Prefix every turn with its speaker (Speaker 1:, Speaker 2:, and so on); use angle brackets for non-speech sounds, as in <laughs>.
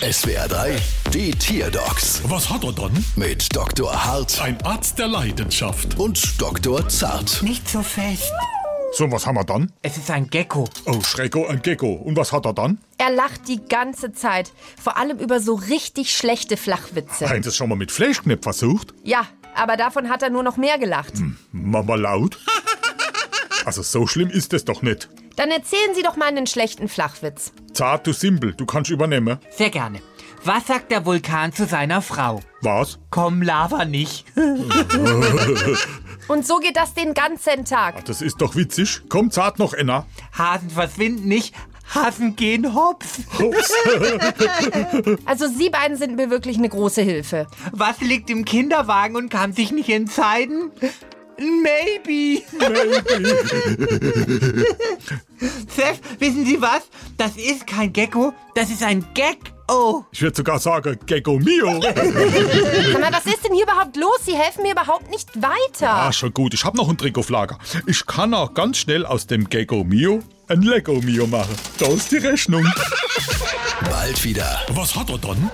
Speaker 1: SWR 3, die Tierdocs
Speaker 2: Was hat er dann?
Speaker 1: mit Dr. Hart
Speaker 2: Ein Arzt der Leidenschaft.
Speaker 1: und Dr. Zart.
Speaker 3: Nicht so fest.
Speaker 2: So, was haben wir dann?
Speaker 3: Es ist ein Gecko.
Speaker 2: Oh, Schrecko, ein Gecko. Und was hat er dann?
Speaker 4: Er lacht die ganze Zeit. Vor allem über so richtig schlechte Flachwitze.
Speaker 2: Heinz ist schon mal mit Fleischknepp versucht.
Speaker 4: Ja, aber davon hat er nur noch mehr gelacht.
Speaker 2: Mama laut. Also so schlimm ist es doch nicht.
Speaker 4: Dann erzählen Sie doch mal einen schlechten Flachwitz.
Speaker 2: Zart, du Simpel, du kannst übernehmen.
Speaker 3: Sehr gerne. Was sagt der Vulkan zu seiner Frau?
Speaker 2: Was?
Speaker 3: Komm, Lava nicht.
Speaker 4: Und so geht das den ganzen Tag.
Speaker 2: Das ist doch witzig. Komm, Zart noch einer.
Speaker 3: Hasen verschwinden nicht. Hasen gehen hops.
Speaker 2: Ups.
Speaker 4: Also Sie beiden sind mir wirklich eine große Hilfe.
Speaker 3: Was liegt im Kinderwagen und kann sich nicht entscheiden? Ein Maybe. <laughs> Chef, wissen Sie was? Das ist kein Gecko, das ist ein Gecko.
Speaker 2: Ich würde sogar sagen, Gecko mio.
Speaker 4: Sag mal, was ist denn hier überhaupt los? Sie helfen mir überhaupt nicht weiter.
Speaker 2: Ah, schon gut. Ich hab noch ein Trick auf Lager. Ich kann auch ganz schnell aus dem Gecko mio ein Lego mio machen. Da ist die Rechnung.
Speaker 1: Bald wieder.
Speaker 2: Was hat er dann?